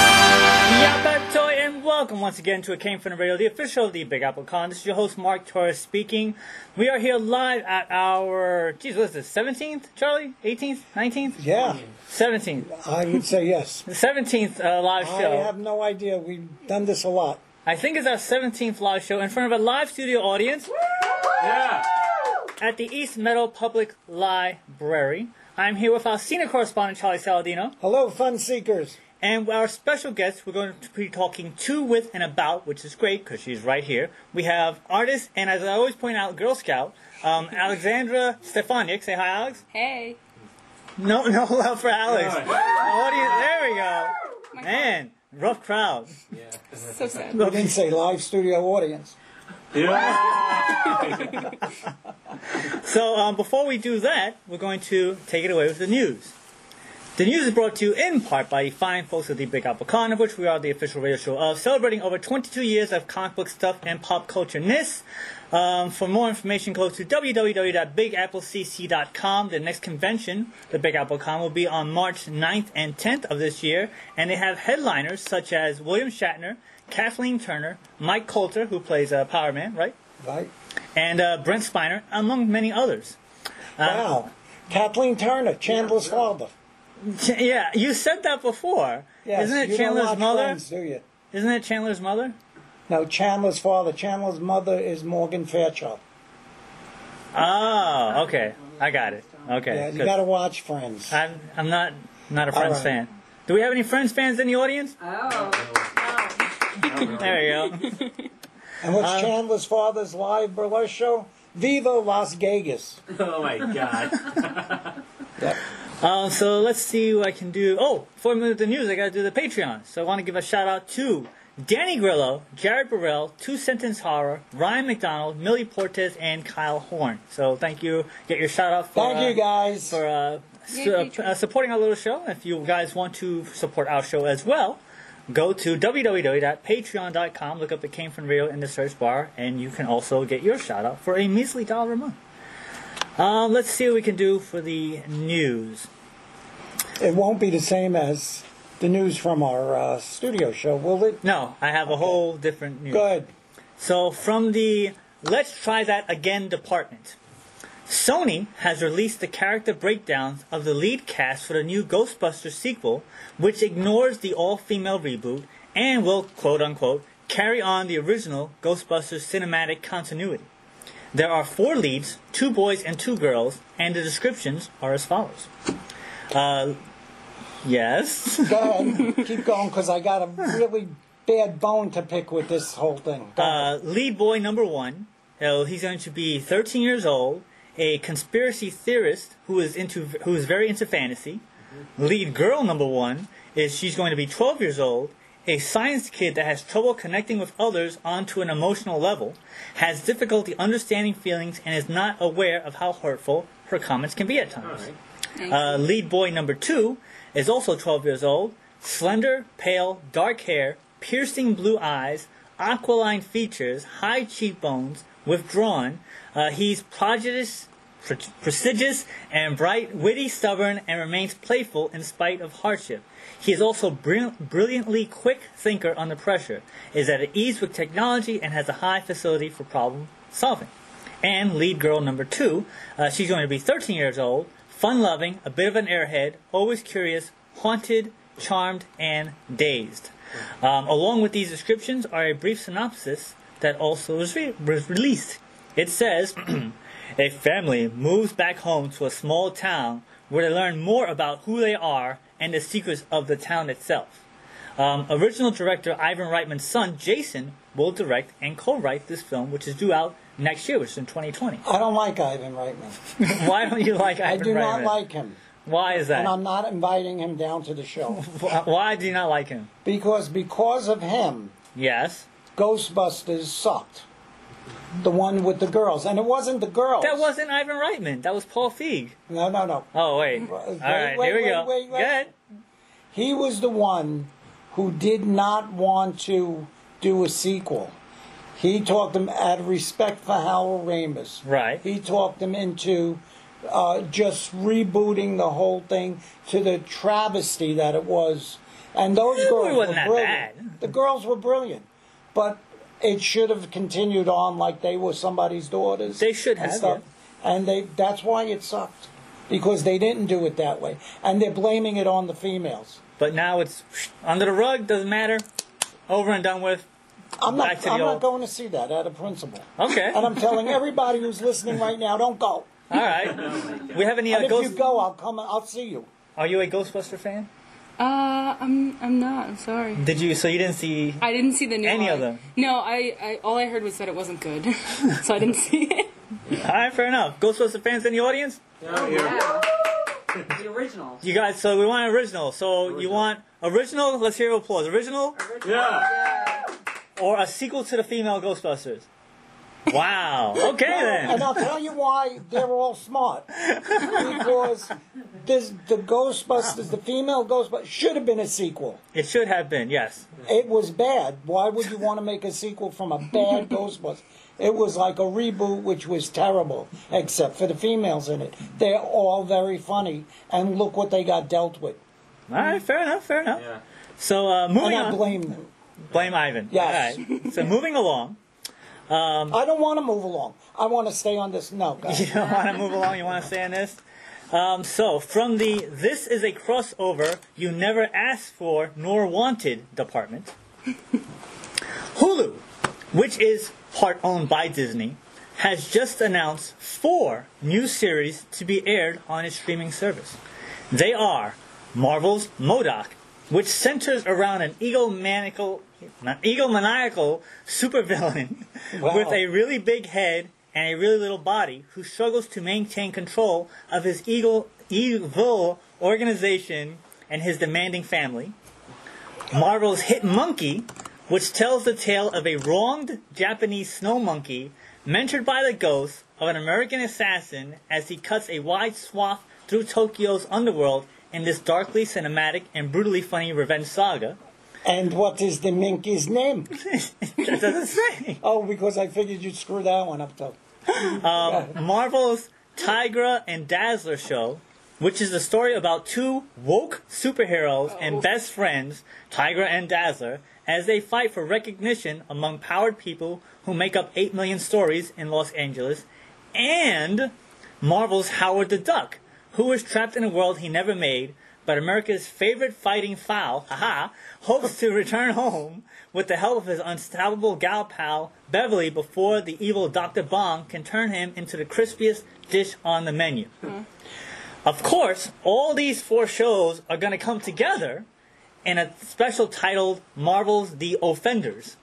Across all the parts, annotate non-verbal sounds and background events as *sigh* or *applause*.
Yappa Toy and welcome once again to It Came From The Radio, the official of the Big Apple Con. This is your host Mark Torres speaking. We are here live at our, geez, what is this, 17th, Charlie? 18th? 19th? Yeah, 17th. I would say *laughs* yes. The 17th uh, live I show. have no idea. We've done this a lot. I think it's our 17th live show in front of a live studio audience. At the East Meadow Public Library. I'm here with our senior correspondent, Charlie Saladino. Hello, fun seekers. And our special guest, we're going to be talking to, with, and about, which is great because she's right here. We have artist, and as I always point out, Girl Scout, um, Alexandra Stefaniak. Say hi, Alex. Hey. No, no love for Alex. Audience, there we go. God. Man, rough crowd. So sad. We didn't say live studio audience. So um, before we do that, we're going to take it away with the news. The news is brought to you in part by the fine folks of the Big Apple Con, of which we are the official radio show of, celebrating over 22 years of comic book stuff and pop culture ness. Um, for more information, go to www.bigapplecc.com. The next convention, the Big Apple Con, will be on March 9th and 10th of this year, and they have headliners such as William Shatner, Kathleen Turner, Mike Coulter, who plays uh, Power Man, right? Right? And uh, Brent Spiner, among many others. wow. Kathleen Turner, Chandler's father. Ch- *laughs* Yeah, you said that before. Yes, Isn't you it Chandler's don't watch mother? Friends, do you? Isn't it Chandler's mother? No, Chandler's father. Chandler's mother is Morgan Fairchild. Oh, okay. I got it. Okay. Yeah, you good. Uh, got to watch Friends. I'm I'm not not a Friends right. fan. Do we have any Friends fans in the audience? Oh. There we go. And what's uh, Chandler's father's live burlesque show? Viva Las Vegas. Oh my god. um, so let's see what I can do. Oh, before we move to the news, I got to do the Patreon. So I want to give a shout out to Danny Grillo, Jared Burrell, Two Sentence Horror, Ryan McDonald, Millie Portes, and Kyle Horn. So thank you. Get your shout out for Thank you, uh, guys. for uh, su- Yay, Patreon. uh, supporting our little show. If you guys want to support our show as well, go to www.patreon.com, look up the Came From Radio in the search bar, and you can also get your shout out for a measly dollar a month. Um, let's see what we can do for the news. It won't be the same as the news from our uh, studio show, will it? No, I have a whole different news. Good. So, from the Let's Try That Again department, Sony has released the character breakdowns of the lead cast for the new Ghostbusters sequel, which ignores the all female reboot and will, quote unquote, carry on the original Ghostbusters cinematic continuity. There are four leads, two boys and two girls, and the descriptions are as follows. Uh, yes. Go ahead. Keep going because I got a really bad bone to pick with this whole thing. Go uh, lead boy number one. Uh, he's going to be 13 years old, a conspiracy theorist who is into who is very into fantasy. Lead girl number one is she's going to be 12 years old, a science kid that has trouble connecting with others onto an emotional level, has difficulty understanding feelings, and is not aware of how hurtful her comments can be at times. Uh, lead boy number two is also 12 years old. Slender, pale, dark hair, piercing blue eyes, aquiline features, high cheekbones, withdrawn. Uh, he's prodigious, pre- prestigious and bright, witty, stubborn, and remains playful in spite of hardship. He is also brill- brilliantly quick thinker under pressure, is at ease with technology, and has a high facility for problem solving and lead girl number two. Uh, she's going to be 13 years old, fun loving, a bit of an airhead, always curious, haunted, charmed, and dazed. Um, along with these descriptions are a brief synopsis that also was, re- was released. It says *clears throat* A family moves back home to a small town where they learn more about who they are and the secrets of the town itself. Um, original director Ivan Reitman's son, Jason, will direct and co write this film, which is due out next year, which is in 2020. I don't like Ivan Reitman. *laughs* Why don't you like I Ivan do not Reitman? like him. Why is that? And I'm not inviting him down to *laughs* the show. Wh- Why do you not like him? because because of him, Yes. Ghostbusters sucked. The one with the girls. And it wasn't the girls. That wasn't Ivan Reitman. That was Paul Feig. No, no, no. Oh, wait. All wait, right, wait, here we wait, go. wait, wait. Good. He was the one who did not want to do a sequel. He talked him out of respect for Howell Ramus. Right. He talked him into uh, just rebooting the whole thing to the travesty that it was. And those It girls wasn't were that brilliant. bad. The girls were brilliant, but it should have continued on like they were somebody's daughters. They should and have, stuff. And they that's why it sucked because they didn't do it that way, and they're blaming it on the females. But now it's under the rug. Doesn't matter. Over and done with. I'm not. Back to the I'm not old- going to see that out of principle. *laughs* Okay. And I'm telling everybody who's listening right now, don't go. All *laughs* right. We have any And uh, if ghost? you go, I'll come. and I'll see you. Are you a Ghostbuster fan? Uh, I'm I'm not. I'm sorry. Did you? So you didn't see? I didn't see the new Any one. of them. No, I, I all I heard was that it wasn't good, *laughs* so I didn't see it. All right, fair enough. Ghostbuster fans in the audience, Yeah. The original. you guys. So we want original. So you want original? Let's hear applause. Original Yeah. or a sequel to the female Ghostbusters? Wow. Okay And then. I'll tell you why they're all smart. Because this, the Ghostbusters, the female Ghostbusters, should have been a sequel. It should have been. Yes. It was bad. Why would you want to make a sequel from a bad *laughs* Ghostbusters? It was like a reboot, which was terrible, except for the females in it. They're all very funny, and look what they got dealt with. All right. Fair enough. Fair enough. Yeah. So uh, And moving I on. blame them. Blame Ivan. Yes. All right. So moving along. I don't want to move along. I want to stay on this. No, *laughs* guys. You want to move along? You want to stay on this? Um, so, from the This is a crossover you never asked for nor wanted department, *laughs* Hulu, which is part owned by Disney, has just announced four new series to be aired on its streaming service. They are Marvel's Modoc, which centers around an egomaniacal, an egomaniacal supervillain *laughs* Wow. with a really big head and a really little body who struggles to maintain control of his eagle, evil organization and his demanding family. Marvel's hit Monkey, which tells the tale of a wronged Japanese snow monkey mentored by the ghost of an American assassin as he cuts a wide swath through Tokyo's underworld in this darkly cinematic and brutally funny revenge saga. *laughs* And what is the monkey's name? That doesn't say. Oh, because I figured you'd screw that one up, though. Marvel's Tigra and Dazzler show, which is the story about two woke superheroes and best friends, Tigra and Dazzler, as they fight for recognition among powered people who make up 8 million stories in Los Angeles, and Marvel's Howard the Duck, who is trapped in a world he never made, but America's favorite fighting foul, haha, hopes to return home with the help of his unstoppable gal pal, Beverly, before the evil Dr. Bong can turn him into the crispiest dish on the menu. Hmm. Of course, all these four shows are going to come together in a special titled Marvel's The *laughs* Offenders.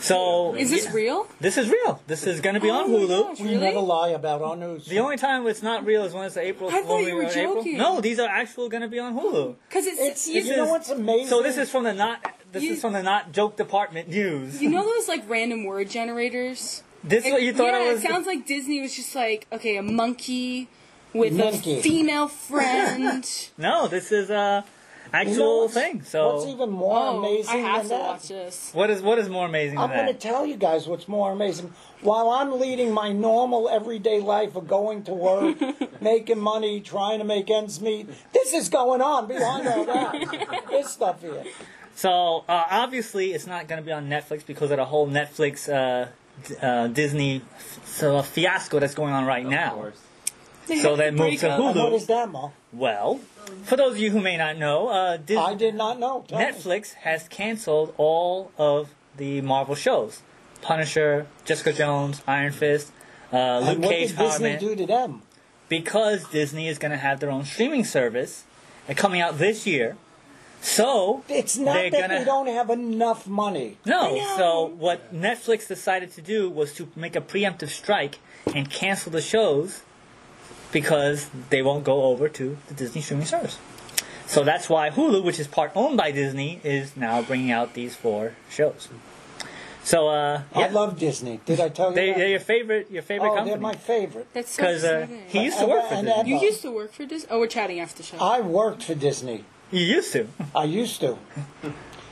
so, Is this real? this is real. This is going to be on Oh my Hulu. gosh, You never really? lie about our news. The only time it's not real is when it's the April. I thought when you we were in April. joking. No, these are actual going to be on Hulu. Because it's, It's, you, you know what's amazing? So this is from the not. This You- is from the not joke department news. you know those like random word generators. this is what you thought yeah, I was. it sounds like Disney was just like okay, a monkey with Monkey. *laughs* a female friend. no, this is uh, actual You know what's- thing. So what's even more oh, amazing I have than to that? watch this. what is what is more amazing I'm than going to that? tell you guys what's more amazing. While I'm leading my normal everyday life of going to work, *laughs* making money, trying to make ends meet, this is going on behind all that. *laughs* this stuff here. so uh, obviously, it's not going to be on Netflix because of the whole Netflix uh, d- uh, Disney f- so fiasco that's going on right now. So they they moved to And what Hulu. is that, Ma? Well, for those of you who may not know, uh, Disney. I did not know. Tell me. Netflix has canceled all of the Marvel shows: Punisher, Jessica Jones, Iron Fist, uh, And Luke what Cage, did Power Disney Man. do to them? Because Disney is going to have their own streaming service, and coming out this year, So It's not they're that gonna we don't have enough money. no. So what Netflix decided to do was to make a preemptive strike and cancel the shows because they won't go over to the Disney streaming service. So that's why Hulu, which is part owned by Disney, is now bringing out these four shows. So uh, yeah, I love Disney. Did I tell you? they, that? they're your favorite, your favorite oh, they're my company favorite. That's so because uh, exciting. he used to work for And- Disney. and- you used to work for Disney? Oh, we're chatting after the show. I worked for Disney. You used to. I used to.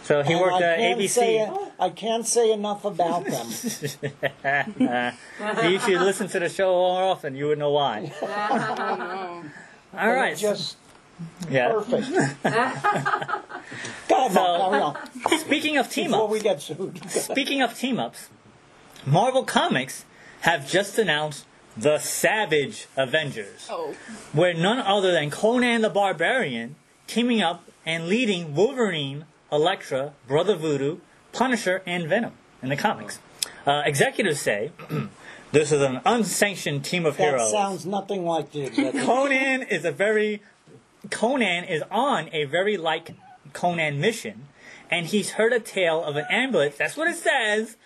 So he And worked at I can't Say, ABC. I can't say enough about *laughs* them. you should listen to the show more often. You would know *laughs* why. don't know. All They're right. Just yeah. *laughs* perfect. God, So- no, *laughs* carry on. Speaking of team Before ups, we *laughs* get sued. speaking of team ups, Marvel Comics have just announced the Savage Avengers, Oh, where none other than Conan the Barbarian teaming up and leading Wolverine, Elektra, Brother Voodoo, Punisher, and Venom in the comics. Oh. Uh, executives say *clears throat* this is an unsanctioned team of That heroes. sounds nothing like the *laughs* executive. Conan is a very Conan is on a very like Conan mission, and he's heard a tale of an amulet. That's what it says.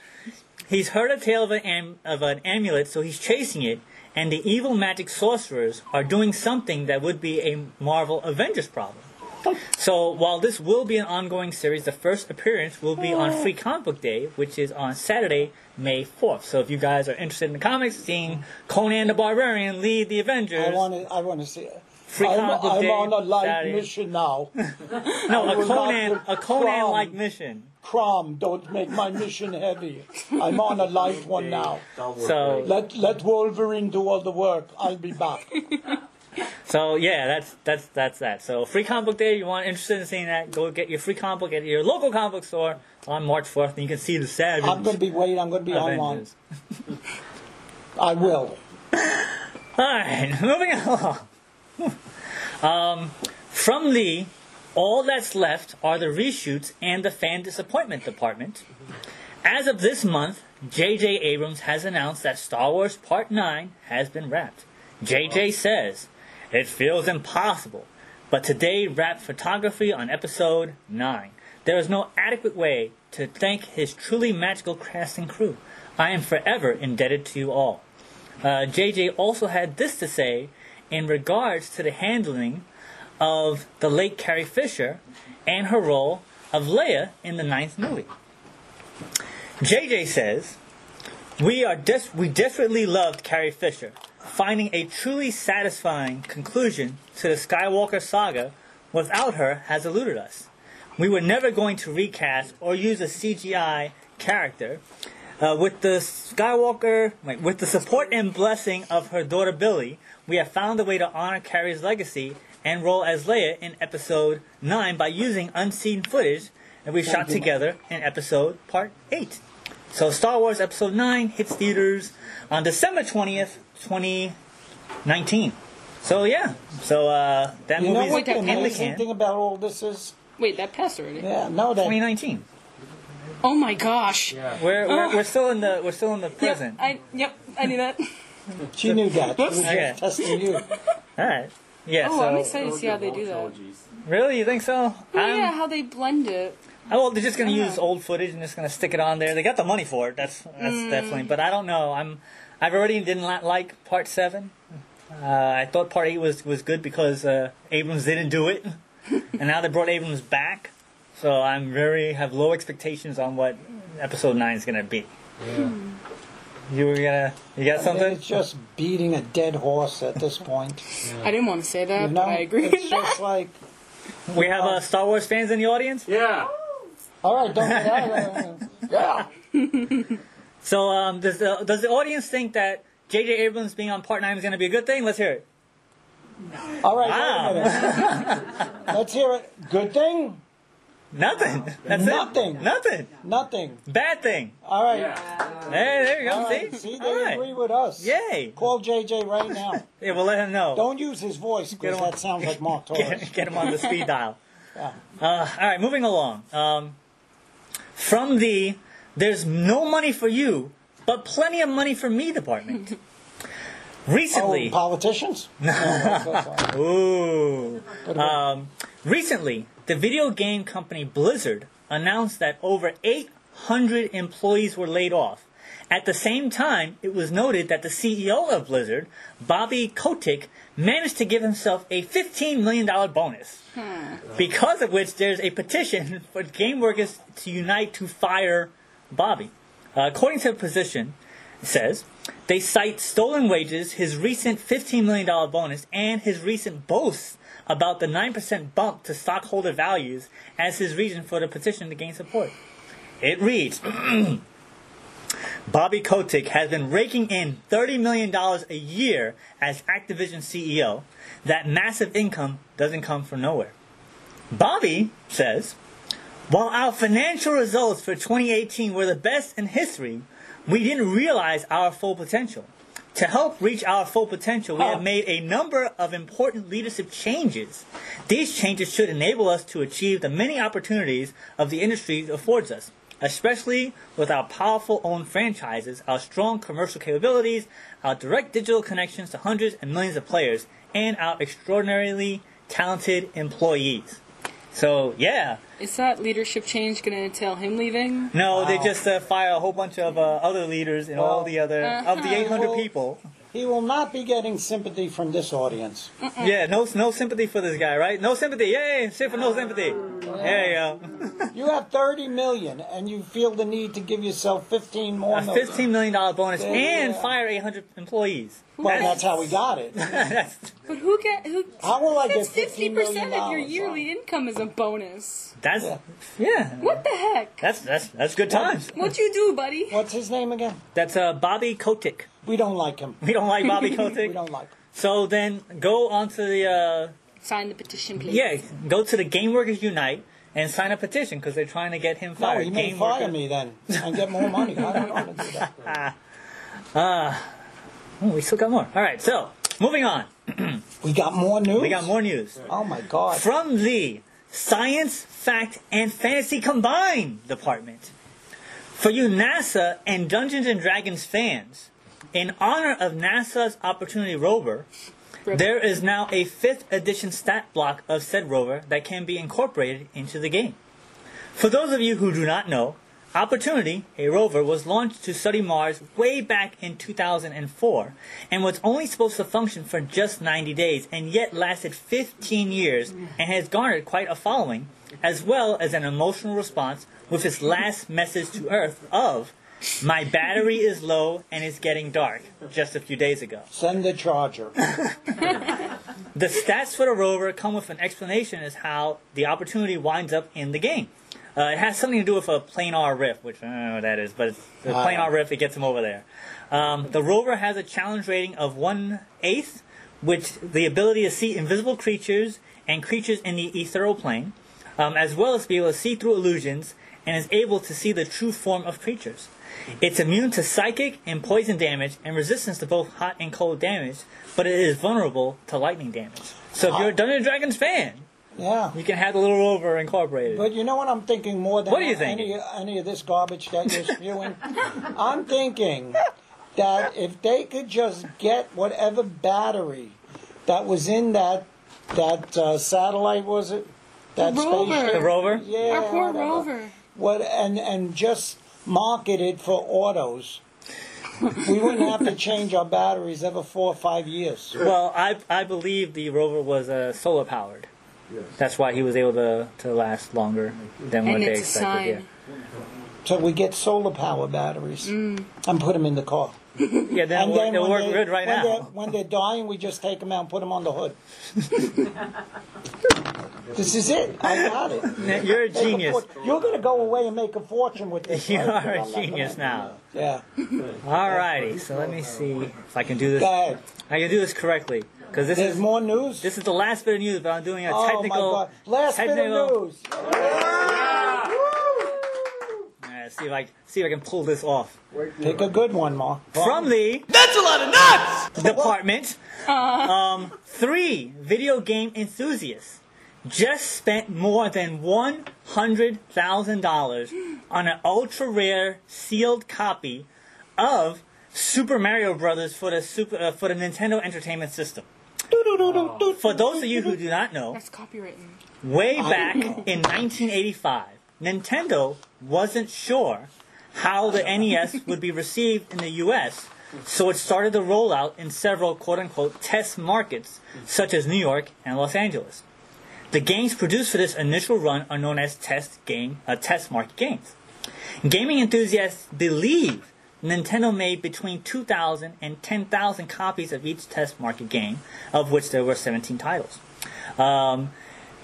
He's heard a tale of an am, of an amulet, so he's chasing it. And the evil magic sorcerers are doing something that would be a Marvel Avengers problem. So while this will be an ongoing series, the first appearance will be on Free Comic Book Day, which is on Saturday, May 4th. So if you guys are interested in the comics, seeing Conan the Barbarian lead the Avengers, I want to. I want to see it. Free I'm, comic book I'm day, on a light Saturday. *laughs* mission now. no, I a will not Conan, look a Conan-like from- mission. Crom, don't make my mission heavy. I'm on a light one now. So, Let let Wolverine do all the work. I'll be back. *laughs* so yeah, that's that's that's that. So, free comic book day. You want interested in seeing that? Go get your free comic book at your local comic book store on March fourth, and you can see the Savage I'm going to be waiting. I'm going to be online. Avengers. I will. All right, *laughs* moving along. um, from Lee, all that's left are the reshoots and the fan disappointment department. As of this month, J.J. Abrams has announced that Star Wars Part 9 has been wrapped. J.J. says, It feels impossible, but today wrapped photography on Episode 9. There is no adequate way to thank his truly magical cast and crew. I am forever indebted to you all. Uh, JJ also had this to say in regards to the handling of the late Carrie Fisher and her role of Leia in the ninth movie. JJ says, "We are des- we desperately loved Carrie Fisher. Finding a truly satisfying conclusion to the Skywalker saga without her has eluded us. We were never going to recast or use a CGI character, uh, with the Skywalker, wait, with the support and blessing of her daughter Billy, we have found a way to honor Carrie's legacy and role as Leia in Episode 9 by using unseen footage that we shot together in Episode Part 8. So Star Wars Episode 9 hits theaters on December 20th, 2019. So yeah, so uh, that You know movie's what the in the amazing can. thing about all this is? wait, that passed already. Yeah, no, that 2019. Oh my gosh. We're, we're, we're still in the we're still in the present. I yep, I knew that. *laughs* she knew *laughs* that. She was Okay. just *laughs* testing you. All right. Yeah. Oh, so, I'm excited to see how they do Oh, that. Oh, Really, you think so? I'm- yeah, how they blend it. Oh, well, they're just gonna use Ah. old footage and just gonna stick it on there. They got the money for it. That's that's Hmm. definitely. But I don't know. I'm I've already didn't li- like part seven. Uh, I thought part eight was was good because uh, Abrams didn't do it, and now they brought Abrams back. So I'm very have low expectations on what episode nine is gonna be. You were gonna you got something? It's just beating a dead horse at this point. I didn't want to say that, You know, but I agree. it's *laughs* just like, We have uh, Star Wars fans in the audience. Yeah. all right, don't get out. *laughs* Yeah. So um, does the does the audience think that J.J. Abrams being on part nine is gonna be a good thing? Let's hear it. All right, Wow. wait a minute. *laughs* Let's hear it. Good thing? Nothing. That's It. Nothing. Nothing. Nothing. Bad thing. All right. Hey, there you go. All right. See? See, they All right. agree with us. Yay. Call JJ *laughs* right now. Yeah, we'll let him know. Don't use his voice Get because him on- that sounds like Mark *laughs* Torres. get, get him on the speed *laughs* dial. Uh, all right, moving along. Um, from the there's no money for you, but plenty of money for me *laughs* department. Oh, Recently, politicians? No, that's- that's all right. Ooh. Um, recently, the video game company Blizzard announced that over 800 employees were laid off. At the same time, it was noted that the CEO of Blizzard, Bobby Kotick, managed to give himself a $15 million bonus. Because of which, there's a petition *laughs* for game workers to unite to fire Bobby. Uh, according to the position, it says they cite stolen wages, his recent $15 million bonus, and his recent boasts about the 9% bump to stockholder values as his reason for the petition to gain support. It reads *clears throat* Bobby Kotick has been raking in $30 million a year as Activision CEO. That massive income doesn't come from nowhere. Bobby says, while our financial results for 2018 were the best in history, we didn't realize our full potential. To help reach our full potential, we have made a number of important leadership changes. These changes should enable us to achieve the many opportunities of the industry affords us, especially with our powerful own franchises, our strong commercial capabilities, our direct digital connections to hundreds and millions of players, and our extraordinarily talented employees. So, yeah, Is that leadership change going to entail him leaving? no, they just uh, fire a whole bunch of uh, other leaders and all Well, the other of the 800 people. He will not be getting sympathy from this audience. Yeah, no, no sympathy for this guy, right? No sympathy. Yay, shit for no sympathy. There you go. You have 30 million and you feel the need to give yourself 15 more A million. Uh, fifteen million dollar bonus Yeah. and fire eight hundred employees. Well, that's how we got it. *laughs* That's But who get who? How will I that's get $15 million percent of your on? yearly income as a bonus. that's yeah. What the heck? That's that's that's good times. What'd you do, buddy? What's his name again? That's uh, Bobby Kotick. *laughs* We don't like him. We don't like Bobby *laughs* We Kotick. don't like him. So then go on to the uh, Sign the petition, please. yeah, go to the Game Workers Unite and sign a petition because they're trying to get him No, fired. he may Game fire Workers- me then and get more money. I don't want to do that. Oh, we still got more. All right, so moving on. We got more news? We got more news. Oh, my God. from the Science, Fact, and Fantasy Combined Department. For you NASA and Dungeons and Dragons fans, in honor of NASA's Opportunity rover, there is now a fifth edition stat block of said rover that can be incorporated into the game. For those of you who do not know, Opportunity, a rover, was launched to study Mars way back in 2004 and was only supposed to function for just 90 days and yet lasted 15 years and has garnered quite a following, as well as an emotional response with its last message to Earth of, My battery is low and it's getting dark, just a few days ago. Send the charger. The stats for the rover come with an explanation as how the opportunity winds up in the game. Uh, it has something to do with a planar rift, which I don't know what that is, but it's a Ah. planar rift. It gets him over there. Um, the rover has a challenge rating of one eighth, which the ability to see invisible creatures and creatures in the ethereal plane, um, as well as be able to see through illusions and is able to see the true form of creatures. It's immune to psychic and poison damage and resistance to both hot and cold damage, but it is vulnerable to lightning damage. So if you're a Dungeons and Dragons fan, Yeah. you can have the little rover incorporated. But you know what I'm thinking more than What are you any, thinking? any of this garbage that you're spewing? *laughs* I'm thinking that if they could just get whatever battery that was in that that uh, satellite, was it? That Rover. spaceship? the rover? Yeah. Our poor whatever. rover. What and and just market it for autos. we wouldn't have to change our batteries every four or five years. Well, I, I believe the rover was uh, solar powered. That's why he was able to, to last longer than what And they it's a expected. sign. So we get solar power batteries and put them in the car. Yeah, yeah then And it'll, then it'll when work they- good right when now. They're, when they're dying, we just take them out and put them on the hood. this is it. I got it. Make Man, *laughs* You're a a genius. fort- You're going to go away and make a fortune with *laughs* this. You right? are I'm a not genius gonna- now. Yeah. Alrighty, so let me see if I can do this. Go ahead. I can do this correctly because this There's is more news. this is the last bit of news, but I'm doing a oh my technical. God! Last bit technical- of news. Alright, let's see if I see if I can pull this off Pick a good one, Mark. from the. That's a lot of nuts. Department. Um, three video game enthusiasts just spent more than one hundred thousand dollars on an ultra rare sealed copy of Super Mario Brothers for the Super uh, for the Nintendo Entertainment System. do. For those of you who do not know, That's copywritten. way back in 1985, Nintendo wasn't sure how the NES would be received in the US, so it started the rollout in several quote unquote test markets, such as New York and Los Angeles. The games produced for this initial run are known as test game, uh, test market games. Gaming enthusiasts believe Nintendo made between 2,000 and 10,000 copies of each test market game, of which there were 17 titles. Um,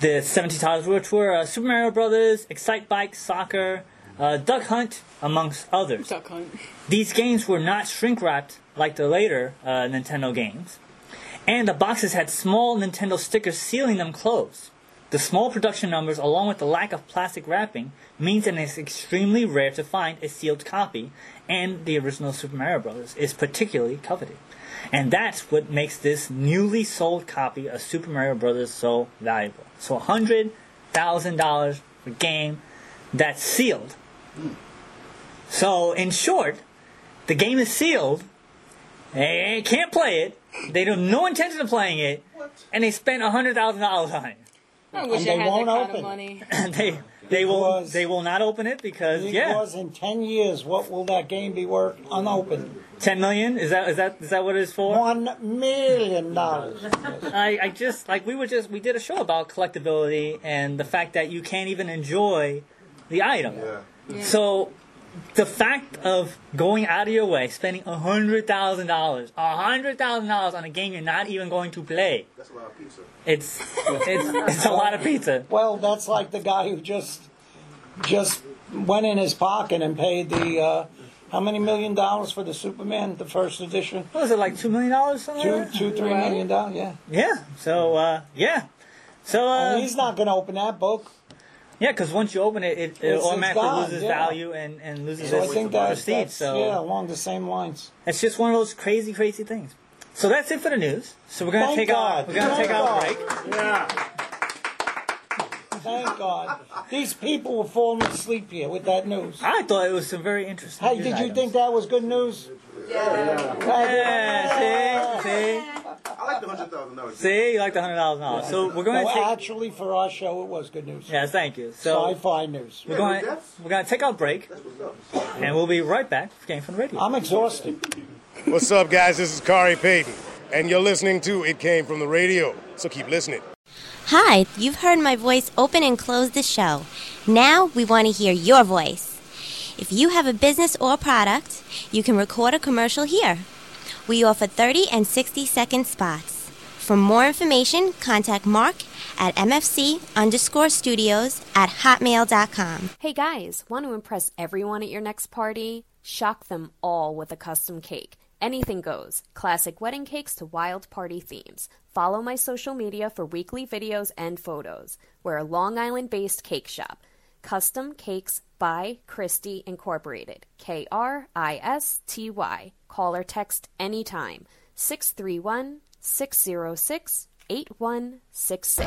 the 17 titles which were uh, Super Mario Brothers, Excite Bike, Soccer, uh, Duck Hunt, amongst others. Duck Hunt. These games were not shrink wrapped like the later uh, Nintendo games, and the boxes had small Nintendo stickers sealing them closed. The small production numbers, along with the lack of plastic wrapping, means that it's extremely rare to find a sealed copy, and the original Super Mario Bros. is particularly coveted. And that's what makes this newly sold copy of Super Mario Bros. so valuable. So $100,000 per game that's sealed. So, in short, the game is sealed. They can't play it. They have no intention of playing it, and they spent hundred thousand dollars on it. *laughs* I wish And I they had that won't kind open. of money. And they they will Because- they will not open it because yeah, Because in 10 years, what will that game be worth unopened? ten million is that is that is that what it's for? One million dollars. I, I just like we were just we did a show about collectability and the fact that you can't even enjoy the item. So the fact of going out of your way, spending a hundred thousand dollars, a hundred thousand dollars on a game you're not even going to play, That's a lot of pizza. it's it's it's a lot of pizza. Well, that's like the guy who just just went in his pocket and paid the uh, how many million dollars for the Superman, the first edition? What was it like two million dollars something? Two, like that? two, three Right. million dollars. Yeah, Yeah. So uh, yeah. So and uh, he's not going to open that book. yeah, because once you open it, it, it It's- it's automatically gone, loses yeah. value and, and loses So I its think that's, prestige. that's so yeah, along the same lines. It's just one of those crazy, crazy things. So that's it for the news. So we're gonna Thank take our God. we're gonna Thank take our God. break. Thank God, these people were falling asleep here with that news. I thought it was some very interesting. Hey, news did you items. think that was good news? Yeah, see, I like the hundred thousand dollars. see, see. You like the hundred thousand dollars. So we're gonna No, take. actually, for our show, it was good news. Yeah, thank you. So Sci-fi news. we're going to we're gonna take our break, and we'll be right back. for Game from the radio. I'm exhausted. What's up, guys? This is Kari Payton, and you're listening to It Came From The Radio, so keep listening. Hi, you've heard my voice open and close the show. Now we want to hear your voice. If you have a business or product, you can record a commercial here. We offer 30 and 60 second spots. For more information, contact Mark at mfc underscore studios at hotmail.com. Hey guys, want to impress everyone at your next party? Shock them all with a custom cake. Anything goes. Classic wedding cakes to wild party themes. Follow my social media for weekly videos and photos. We're a Long Island based cake shop. Custom Cakes by Christie Incorporated. K R I S T Y. Call or text anytime. 631 606 8166.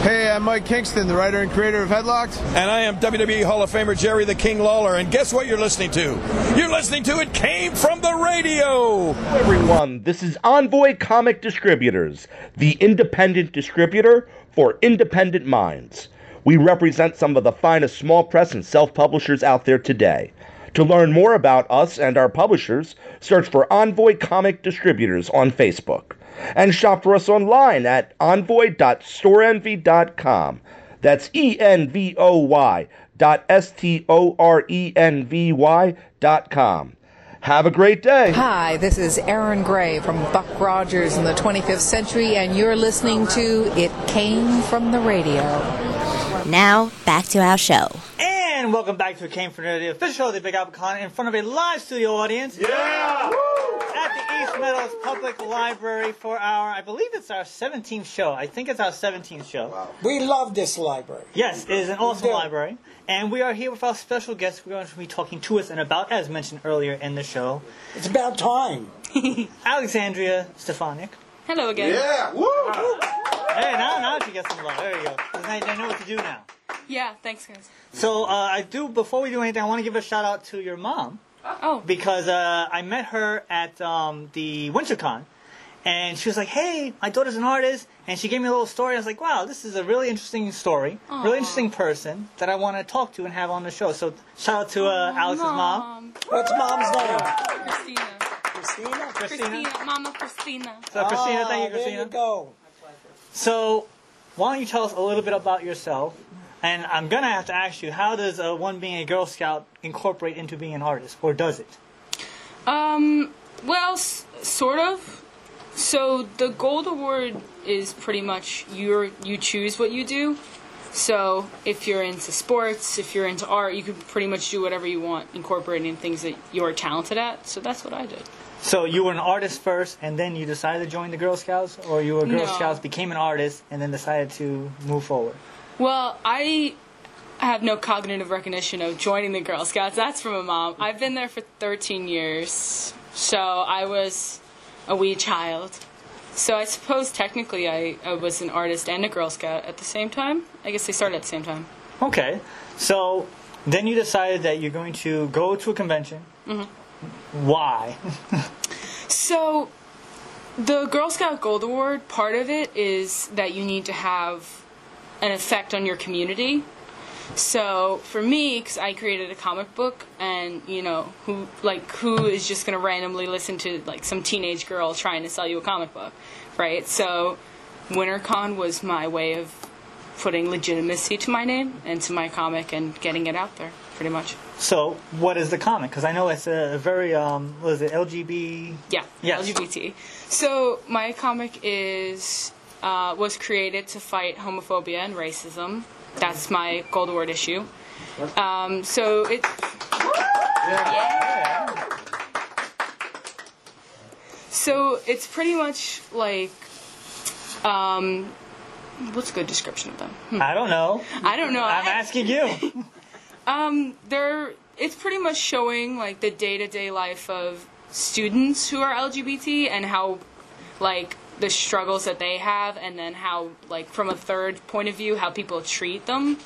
Hey, I'm Mike Kingston, the writer and creator of Headlocked. And I am WWE Hall of Famer Jerry the King Lawler. And guess what you're listening to? You're listening to It Came From The Radio. everyone. This is Envoy Comic Distributors, the independent distributor for independent minds. We represent some of the finest small press and self publishers out there today. To learn more about us and our publishers, search for Envoy Comic Distributors on Facebook and shop for us online at envoy.storenvy.com. That's E N V O Y dot S T O R E N V Y dot com. Have a great day. Hi, this is Aaron Gray from Buck Rogers in the 25th Century, and you're listening to It Came From the Radio. Now back to our show. And welcome back to Came From the official show of the Big Apple Con in front of a live studio audience. Yeah. at the East Meadows Public Library for our, I believe it's our 17th show. I think it's our 17th show. We love this library. Yes, it is an awesome Yeah. library. And we are here with our special guest. We're going to be talking to us and about, as mentioned earlier in the show, It's about time. Alexandria Stefanik. Hello again. Yeah. Woo. Hey, now, now you get some love. There you go. 'Cause I, I know what to do now. Yeah, thanks guys. So uh, I do, before we do anything, I want to give a shout out to your mom. Oh, because uh, I met her at um, the WinterCon, and she was like, "Hey, my daughter's an artist," and she gave me a little story. I was like, "Wow, this is a really interesting story, really interesting person that I want to talk to and have on the show." So shout out to uh, Alex's mom. What's mom's name? Christina. Christina. Christina. Mama Christina. So Christina, thank you, Ah, there Christina. you go. So why don't you tell us a little bit about yourself? And I'm gonna have to ask you, how does uh, one being a Girl Scout incorporate into being an artist, or does it? Um, well, s- sort of. So the gold award is pretty much your you choose what you do. So if you're into sports, if you're into art, you can pretty much do whatever you want, incorporating things that you're talented at. So that's what I did. So you were an artist first, and then you decided to join the Girl Scouts, or you were Girl No. Scouts, became an artist, and then decided to move forward. Well, I have no cognitive recognition of joining the Girl Scouts. That's from a mom. I've been there for 13 years, so I was a wee child. So I suppose technically I, I was an artist and a Girl Scout at the same time. I guess they started at the same time. Okay. So then you decided that you're going to go to a convention. hmm Why? So, the Girl Scout Gold Award, part of it is that you need to have an effect on your community. So, for me, because I created a comic book, and you know, who like who is just gonna randomly listen to like some teenage girl trying to sell you a comic book, right? So, WinterCon was my way of putting legitimacy to my name and to my comic and getting it out there, pretty much. So what is the comic? Because I know it's a very um, what is it LGB? Yeah, Yes. LGBT. So my comic is uh, was created to fight homophobia and racism. That's my Gold Award issue. Um, so it. So it's pretty much like, um, what's a good description of them? I don't know. Hmm. I don't know. I'm I- asking you. Um, they're it's pretty much showing like the day to day life of students who are LGBT and how like the struggles that they have, and then how like from a third point of view how people treat them.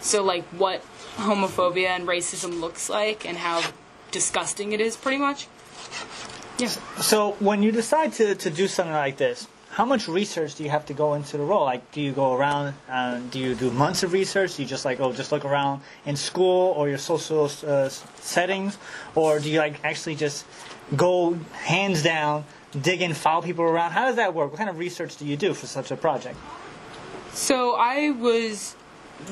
So like what homophobia and racism looks like, and how disgusting it is, pretty much. Yes. So when you decide to, to do something like this, how much research do you have to go into the role? Like, do you go around? Uh, do you do months of research? Do you just like oh, just look around in school or your social uh, settings, or do you like actually just go hands down, dig in, follow people around? How does that work? What kind of research do you do for such a project? So I was,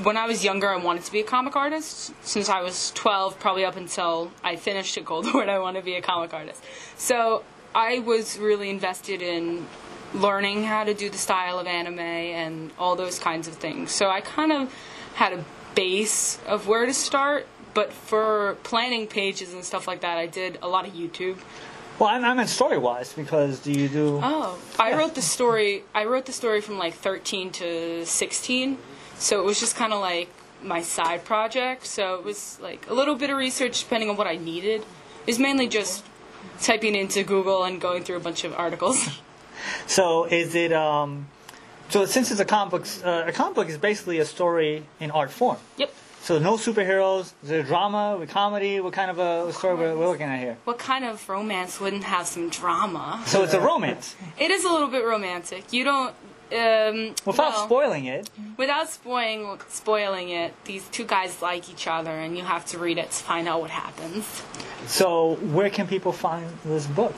when I was younger, I wanted to be a comic artist. Since I was 12, probably up until I finished at Gold *laughs* Award, I wanted to be a comic artist. So I was really invested in learning how to do the style of anime and all those kinds of things. So I kind of had a base of where to start, but for planning pages and stuff like that, I did a lot of YouTube. Well, I, I meant story wise because do you do? Oh, I wrote the story. I wrote the story from like 13 to 16, so it was just kind of like my side project. So it was like a little bit of research depending on what I needed. It was mainly just typing into Google and going through a bunch of articles. *laughs* So is it um? So since it's a comic book, uh, a comic book is basically a story in art form. Yep. So no superheroes. Is it a drama? With comedy? What kind of a story we're, we're looking at here? What kind of romance wouldn't have some drama? So it's a romance. It is a little bit romantic. You don't. Um, Without well- spoiling it, Without spoiling spoiling it, these two guys like each other, and you have to read it to find out what happens. so where can people find this book?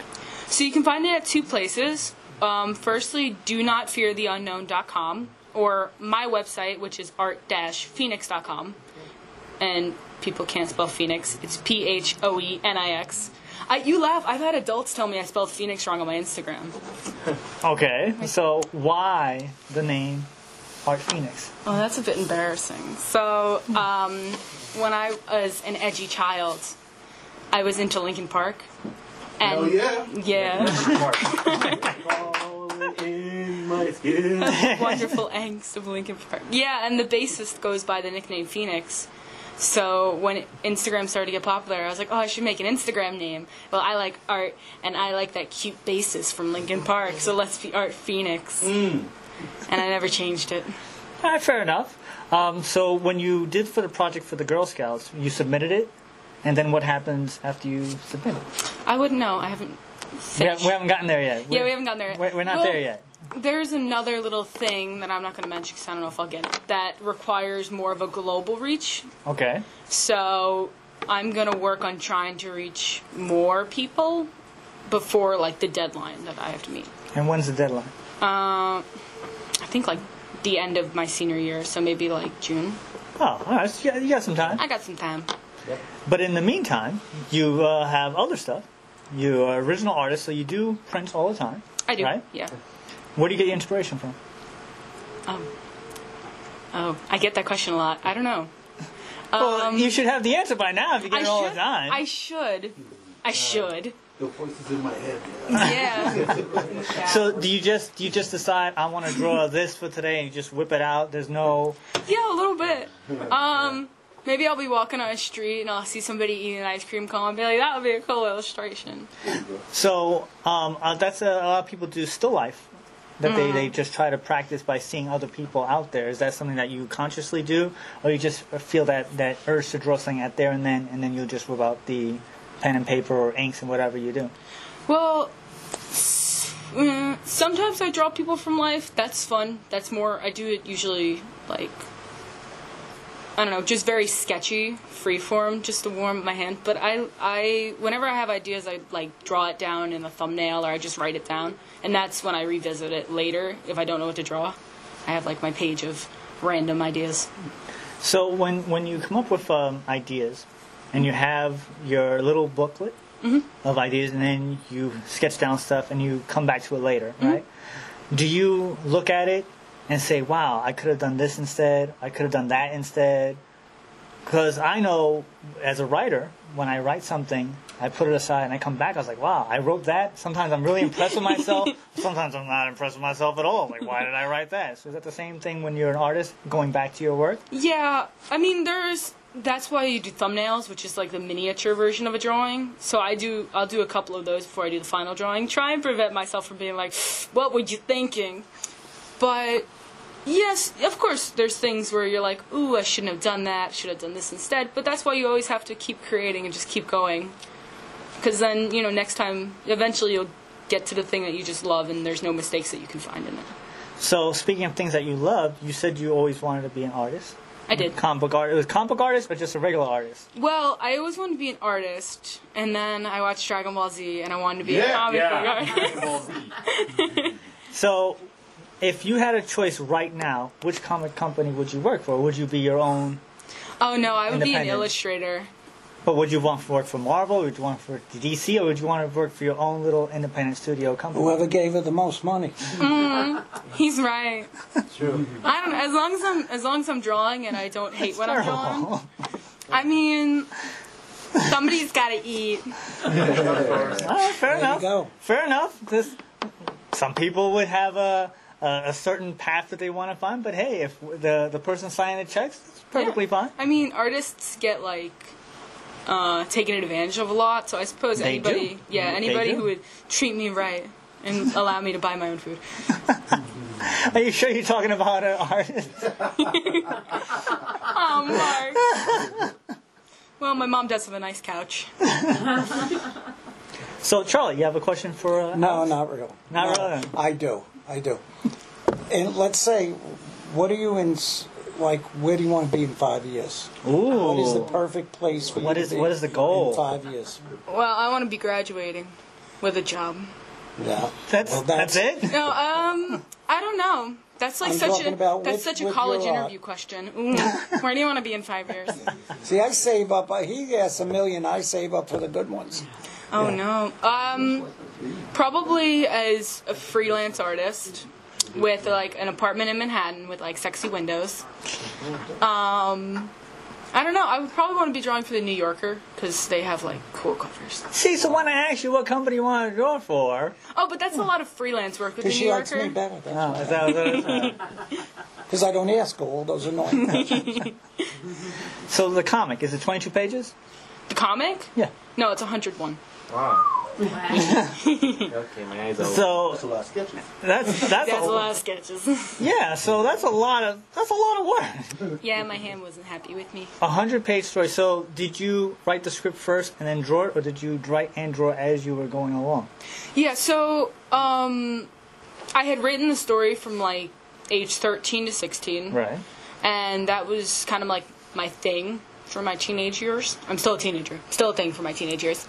So you can find it at two places. Um, firstly, do not fear the unknown.com or my website, which is art phoenix.com. And people can't spell Phoenix, it's P H O E N I X. I, you laugh. I've had adults tell me I spelled Phoenix wrong on my Instagram. Okay. So why the name Art Phoenix? Oh, that's a bit embarrassing. So, um, when I was an edgy child, I was into Linkin Park. And Hell yeah. Yeah. In my skin. Wonderful *laughs* angst of Linkin Park. Yeah, and the bassist goes by the nickname Phoenix. So when Instagram started to get popular, I was like, oh, I should make an Instagram name. Well, I like art, and I like that cute bassist from Linkin Park, so let's be Art Phoenix. And I never changed it. All right, fair enough. Um, so when you did for the project for the Girl Scouts, you submitted it, and then what happens after you submit it? I wouldn't know. I haven't We haven't, we haven't gotten there yet. yeah, we haven't gotten there yet. We're, we're not Well, there yet. There's another little thing that I'm not going to mention because I don't know if I'll get it that requires more of a global reach. Okay. So I'm going to work on trying to reach more people before like the deadline that I have to meet. And when's the deadline? Uh, I think like the end of my senior year, so maybe like June. Oh, all right. So you got- you got some time. I got some time. But in the meantime, you uh, have other stuff. You are original artist, so you do prints all the time. I do. Right? Yeah. Where do you get your inspiration from? Um, oh, I get that question a lot. I don't know. well, you should have the answer by now if you get Um, I it all should, the time. I should. I should. The voice is in my head. Yeah. So do you just do you just decide I want to draw this for today and you just whip it out? There's no *laughs* Yeah, a little bit. Um, maybe I'll be walking on a street and I'll see somebody eating an ice cream cone and be like, that would be a cool illustration. so um, uh, that's a, a lot of people do still life that they, they just try to practice by seeing other people out there. Is that something that you consciously do, or you just feel that, that urge to draw something out there and then and then you'll just whip out the pen and paper or inks and whatever you do? Well, s- mm, sometimes I draw people from life. That's fun. That's more. I do it usually like I don't know, just very sketchy, freeform, just to warm up my hand. But I, I, whenever I have ideas, I like draw it down in a thumbnail or I just write it down, and that's when I revisit it later if I don't know what to draw. I have like my page of random ideas. So when when you come up with um, ideas, and you have your little booklet of ideas, and then you sketch down stuff, and you come back to it later, right? Do you look at it and say, "Wow, I could have done this instead. I could have done that instead"? Because I know as a writer, when I write something, I put it aside and I come back. I was like, wow, I wrote that. Sometimes I'm really impressed with myself. Sometimes I'm not impressed with myself at all. Like, why did I write that? So is that the same thing when you're an artist going back to your work? Yeah, I mean, there's that's why you do thumbnails, which is like the miniature version of a drawing. So I do I'll do a couple of those before I do the final drawing. Try and prevent myself from being like, "What were you thinking?" But yes, of course, there's things where you're like, "Ooh, I shouldn't have done that. Should have done this instead." But that's why you always have to keep creating and just keep going, because then you know next time, eventually you'll get to the thing that you just love, and there's no mistakes that you can find in it. So speaking of things that you love, you said you always wanted to be an artist. I did. Comic book art. It was comic book artist, but just a regular artist. Well, I always wanted to be an artist, and then I watched Dragon Ball Z, and I wanted to be a Yeah, comic yeah. book artist. So, if you had a choice right now, which comic company would you work for? Would you be your own? oh no, I would be an Independent. illustrator. *laughs* But would you want to work for Marvel? Would you want to work for DC? Or would you want to work for your own little independent studio company? Whoever gave her the most money. Mm, he's right. Sure. I don't. As long as I'm, as long as I'm drawing, and I don't hate what I'm drawing. I mean, somebody's got to eat. Ah, fair enough. Fair enough. This, some people would have a, a a certain path that they want to find, but hey, if the the person signing the checks, it's perfectly fine. I mean, artists get like uh, taken advantage of a lot, so I suppose They do. Mm, anybody, yeah, They anybody do. who would treat me right and allow me to buy my own food. Are you sure you're talking about an artist? Oh, Mark. *laughs* well, my mom does have a nice couch. So, Charlie, you have a question for? Uh, No, not real. Not No, really. I do. I do. And let's say, what are you in? s- Like, where do you want to be in five years? Ooh. What is the perfect place for you? What to is- be what is the goal? in five years? Well, I want to be graduating with a job. Yeah. That's that's, it. *laughs* No, *laughs* um, I don't know. That's like I'm such talking a about that's with- such a with college your, uh, interview question. Ooh, where do you want to be in five *laughs* years? See, I save up. uh, He asks a million. I save up for the good ones. Oh no. Um, probably as a freelance artist with like an apartment in Manhattan with like sexy windows. Um, I don't know. I would probably want to be drawing for the New Yorker because they have like cool covers. See, so when I asked you what company you wanted to draw for, Oh, but that's a lot of freelance work with the Because New she likes Yorker. me better. That's Oh, is *laughs* that- is that- is Because I don't ask her all *laughs* those annoying questions. so the comic is it 22 pages? The comic? Yeah. No, it's 101. Wow. okay, my eyes are So- that's a lot of sketches. That's that's, That's, a, a lot of sketches. *laughs* Yeah, so that's a lot of that's a lot of work. yeah, my hand wasn't happy with me. A hundred page story. So did you write the script first and then draw it, or did you write and draw as you were going along? Yeah, so um, I had written the story from like age 13 to 16. Right. And that was kind of like my thing for my teenage years. I'm still a teenager. Still a thing for my teenage years.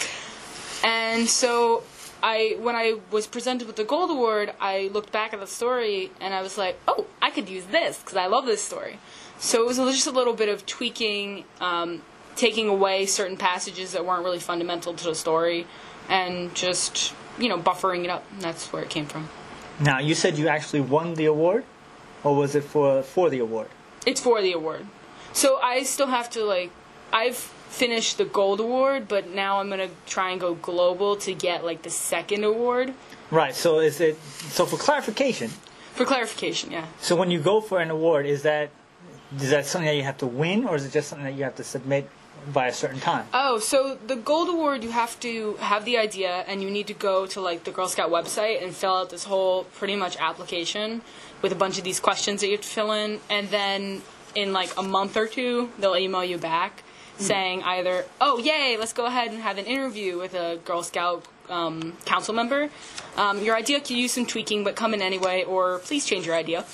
And so I when I was presented with the Gold Award, I looked back at the story and I was like, "Oh, I could use this cuz I love this story." So it was just a little bit of tweaking um, taking away certain passages that weren't really fundamental to the story and just, you know, buffering it up. And that's where it came from. Now you said you actually won the award, or was it for for the award? It's for the award. So I still have to like I've finished the gold award, but now I'm gonna try and go global to get like the second award. Right. So is it so for clarification? For clarification, yeah. So when you go for an award, is that is that something that you have to win, or is it just something that you have to submit by a certain time? Oh, so the gold award you have to have the idea and you need to go to like the Girl Scout website and fill out this whole pretty much application with a bunch of these questions that you have to fill in and then in like a month or two they'll email you back saying either, "Oh, yay, let's go ahead and have an interview with a Girl Scout um, council member. Um, your idea could use some tweaking, but come in anyway, or please change your idea."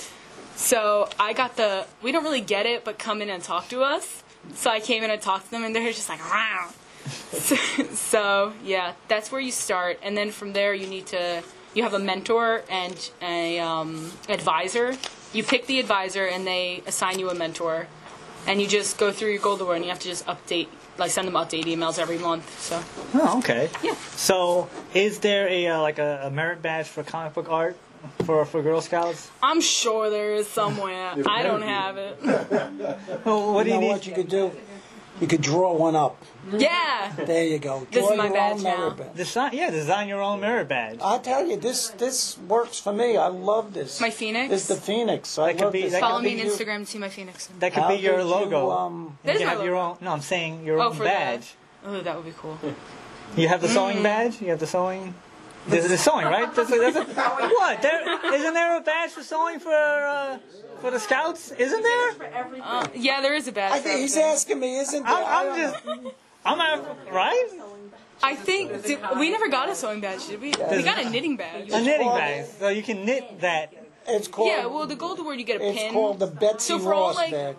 So I got the we don't really get it, but come in and talk to us. So I came in and talked to them, and they're just like, wow. *laughs* so, so yeah, that's where you start, and then from there you need to you have a mentor and a um, advisor. You pick the advisor, and they assign you a mentor, and you just go through your gold award, and you have to just update like send them update emails every month. So Oh, okay. Yeah. So, is there a uh, like a, a merit badge for comic book art for for Girl Scouts? I'm sure there is somewhere. I don't have it. what do you know need? what you could do? You could draw one up. Yeah. There you go. This Draw is my your badge own now. merit badge. Design, yeah, design your own merit badge. I tell you, this this works for me. I love this. My phoenix? It's the phoenix. I could love be- this. that could Follow be me on you- Instagram to see my phoenix. That could How be your did you, logo. um, You That is can my have your own. No, I'm saying your oh, own for badge. that. Mm. Oh, that would be cool. You have the sewing badge. You have the sewing. There's the sewing, right? That's a, that's *laughs* a, what? There, isn't there a badge for sewing for uh, for the Scouts? Isn't there? Uh, yeah, there is a badge. I think he's asking me, isn't there? I'm, I'm just. I'm at, right. I think did, we never got a sewing badge, did we? We got a knitting badge. A knitting badge, so you can knit that. It's called. Yeah, well, the gold award you get a It's pin. called the Betsy So for all, Ross like- bag.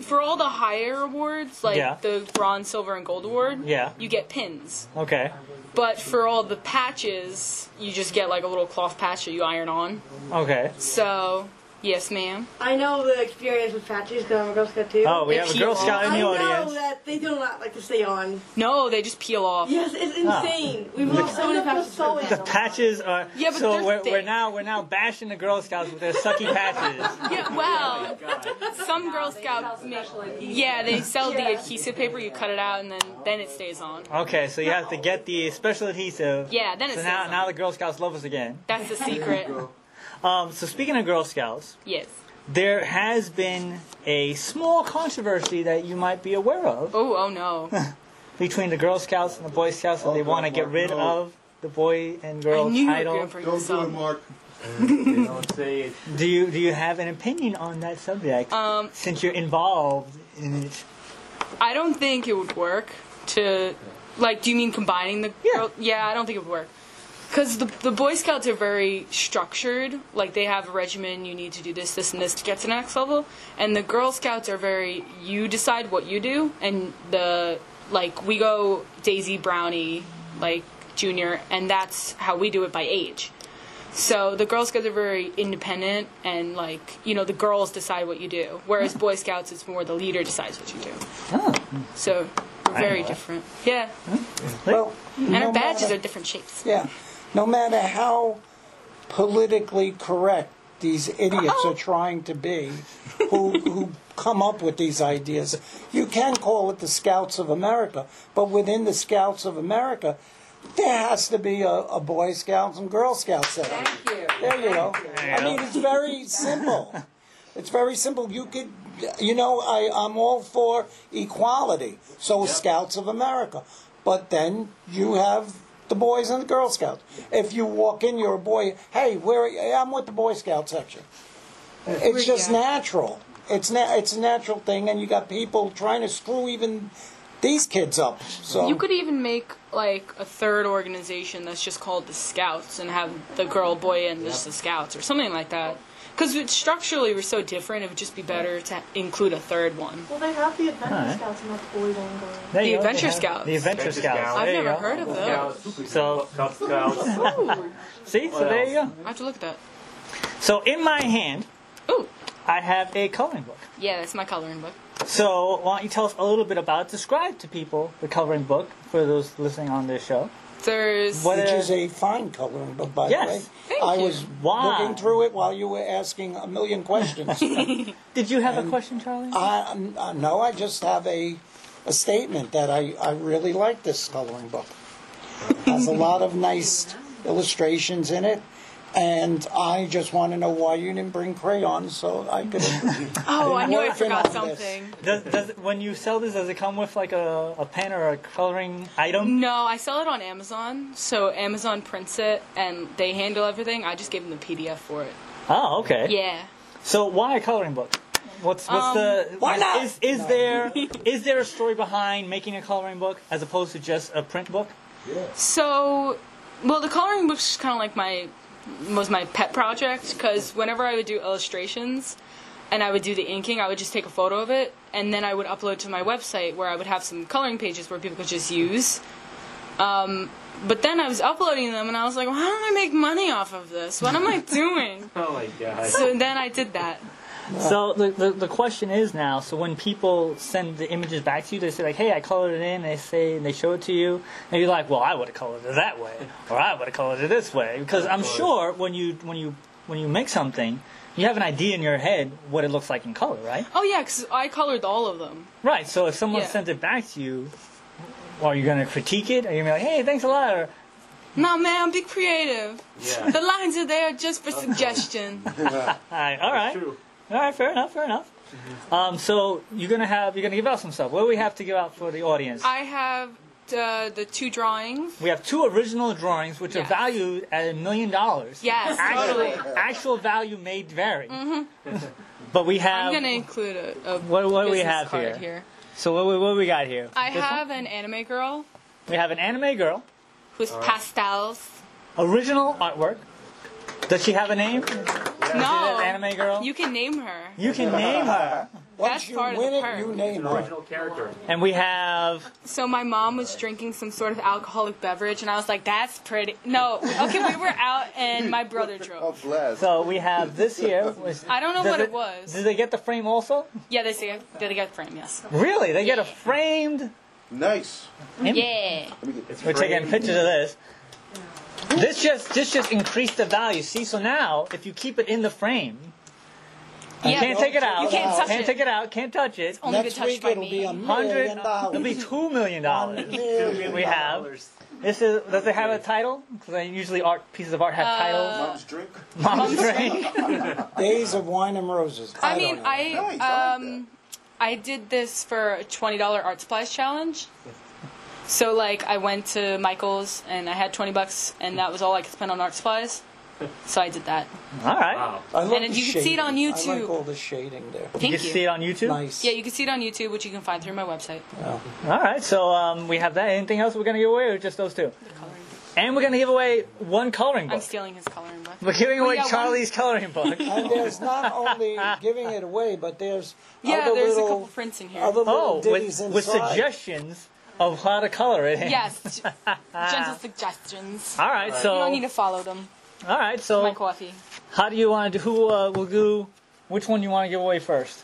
For all the higher awards, like Yeah. the bronze, silver, and gold award, Yeah. you get pins. Okay. But for all the patches, you just get like a little cloth patch that you iron on. Okay. So, yes, ma'am. I know the experience with patches because I'm a Girl Scout too. Oh, we have a Girl Scout in the I audience. know that they do not like to stay on. No, they just peel off. Yes, it's Ah. insane. We've all so many patches. The patches are Yeah, but so they're we're, we're thick. now we're now bashing the Girl Scouts with their sucky patches. Yeah, well, oh some Girl Scouts make. Yeah, they sell the adhesive paper. You cut it out, and then then it stays on. Okay, so you have to get the special adhesive. Yeah, then it so says now on now the Girl Scouts love us again. That's the secret. Um, so speaking of Girl Scouts, Yes. there has been a small controversy that you might be aware of Oh, *laughs* oh no. between the Girl Scouts and the Boy Scouts that they want to get rid of the boy and girl I knew you were title. gonna bring Don't this do it, up. Mark. Do you do you have an opinion on that subject? Um, since you're involved in it. I don't think it would work to, like, do you mean combining the? Yeah. yeah, I don't think it would work. Because the, the Boy Scouts are very structured. Like, they have a regimen, you need to do this, this, and this to get to the next level. And the Girl Scouts are very, you decide what you do. And the, like, we go Daisy Brownie, like, junior, and that's how we do it by age. So the Girl Scouts are very independent, and, like, you know, the girls decide what you do. Whereas Boy Scouts, it's more the leader decides what you do. So we're I know very that. different. Yeah. Mm-hmm. Well, And no our badges matter- are different shapes. Yeah. No matter how politically correct these idiots are trying to be, who, who come up with these ideas, you can call it the Scouts of America, but within the Scouts of America, there has to be a, a Boy Scouts and Girl Scouts. There. Thank you. There you go. I mean, it's very simple. It's very simple. You could, you know, I, I'm all for equality. So Scouts of America, but then you have the boys and the Girl Scouts. If you walk in, you're a boy. Hey, where? Are you? I'm with the Boy Scout section. It's just natural. It's na- it's a natural thing, and you got people trying to screw even these kids up. So You could even make like a third organization that's just called the Scouts and have the girl, boy, and just the Scouts or something like that. Because structurally we're so different, it would just be better to include a third one. Well, they have the Adventure Alright. Scouts and that's boys and girls. There The you go, they Adventure have- Scouts. The Adventure Adventure Scouts. Scouts. there I've you never go. heard of those. So, see, so there you go. I have to look at that. So in my hand, Ooh. I have a coloring book. Yeah, that's my coloring book. So why don't you tell us a little bit about it? Describe to people the coloring book for those listening on this show. There's What which a- is a fine coloring book, by Yes. the way. Thank I you. was Why? looking through it while you were asking a million questions. *laughs* Did you have a question, Charlie? I, uh, no, I just have a, a statement that I, I really like this coloring book. has a lot of nice illustrations in it, and I just want to know why you didn't bring crayons so I *laughs* could. Oh, I knew I working forgot on this. something. Does, does it- when you sell this, does it come with like a, a pen or a coloring item? No, I sell it on Amazon, so Amazon prints it and they handle everything. I just give them the PDF for it. Oh, okay. Yeah. So why a coloring book? What's what's Um, the Why is- not? Is, is there is there a story behind making a coloring book as opposed to just a print book? So, well, the coloring book's kind of like my was my pet project because whenever I would do illustrations and I would do the inking, I would just take a photo of it and then I would upload to my website where I would have some coloring pages where people could just use. Um, but then I was uploading them and I was like, well, how do I make money off of this? What *laughs* am I doing? Oh my god. so then I did that. So the, the the question is now. So when people send the images back to you, they say like, "Hey, I colored it in." They say and they show it to you, and you're like, "Well, I would have colored it that way, or I would have colored it this way." Because I'm sure when you when you when you make something, you have an idea in your head what it looks like in color, right? Oh yeah, 'cause I colored all of them. Right. So if someone Yeah. sends it back to you, are you gonna critique it? Are you gonna be like, "Hey, thanks a lot"? Or No man, be creative. Yeah. The lines are there just for *laughs* suggestion. Alright, all right, all right, fair enough, fair enough. Um, so you're gonna have you're gonna give out some stuff. What do we have to give out for the audience? I have the the two drawings. We have two original drawings, which are valued at a million dollars. Yes, actual, totally. actual value may vary, hmm *laughs* but we I'm have. gonna include a, a Uh, what what do we business have card here? here. So what we- what we got here? I This one? have an anime girl We have an anime girl, who's All right. pastels. original artwork. Does she have a name? No, anime girl. Oh. You can name her. You can name her. That's part of the perk. Original character. And we have. So my mom was drinking some sort of alcoholic beverage, and I was like, "That's pretty." No, okay, we were out, and my brother drove. So we have this here. which- I don't know does what it was. Did they get the frame also? Yeah, they say did I get frame? Yes. Really? They get a framed. Nice. Yeah. We're taking framed. pictures of this. This just this just increased the value. See, so now if you keep it in the frame, you Yeah. can't take it out. You can't touch can't it. take it out. Can't touch it. only Next been touched week by it'll me. be a million dollars. It'll be two million dollars. million we have. This is. Does it have a title? Because usually art pieces of art have Uh, titles. Mom's drink. Mom's drink. Days of Wine and Roses. I, don't mean, know. I um, I did this for a twenty dollar art supplies challenge. So like, I went to Michaels and I had twenty bucks, and that was all I could spend on art supplies. So I did that. All right. I love And the you can see it shading. on I YouTube. like all the shading there. Thank You can you. see it on YouTube? Nice. Yeah, you can see it on YouTube, which you can find through my website. All right, so um, we have that. Anything else we're gonna give away, or just those two? And we're gonna give away one coloring I'm book. stealing his coloring book. We're giving Oh, away yeah, one- Charlie's coloring *laughs* book. And there's not *laughs* only giving it away, but there's Yeah, other there's little, a couple prints in here. other little oh, with, ditties with inside. suggestions of how to color it. in. Yes, g- gentle suggestions. *laughs* All right, so- you don't need to follow them. All right, so my coffee. how do you want to do? Who uh, will do? Which one you want to give away first?